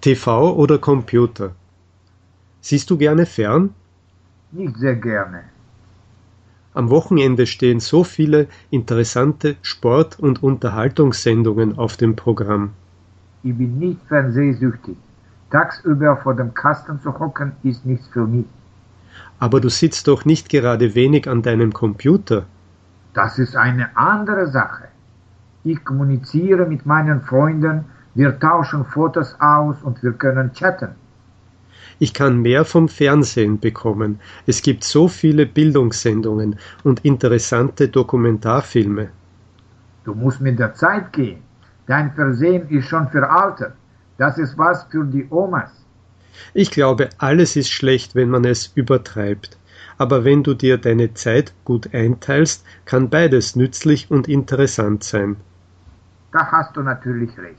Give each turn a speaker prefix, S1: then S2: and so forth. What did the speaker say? S1: TV oder Computer? Siehst du gerne fern?
S2: Nicht sehr gerne.
S1: Am Wochenende stehen so viele interessante Sport- und Unterhaltungssendungen auf dem Programm.
S2: Ich bin nicht fernsehsüchtig. Tagsüber vor dem Kasten zu hocken ist nichts für mich.
S1: Aber du sitzt doch nicht gerade wenig an deinem Computer.
S2: Das ist eine andere Sache. Ich kommuniziere mit meinen Freunden, wir tauschen Fotos aus und wir können chatten.
S1: Ich kann mehr vom Fernsehen bekommen. Es gibt so viele Bildungssendungen und interessante Dokumentarfilme.
S2: Du musst mit der Zeit gehen. Dein Versehen ist schon veraltet. Das ist was für die Omas.
S1: Ich glaube, alles ist schlecht, wenn man es übertreibt. Aber wenn du dir deine Zeit gut einteilst, kann beides nützlich und interessant sein.
S2: Da hast du natürlich recht.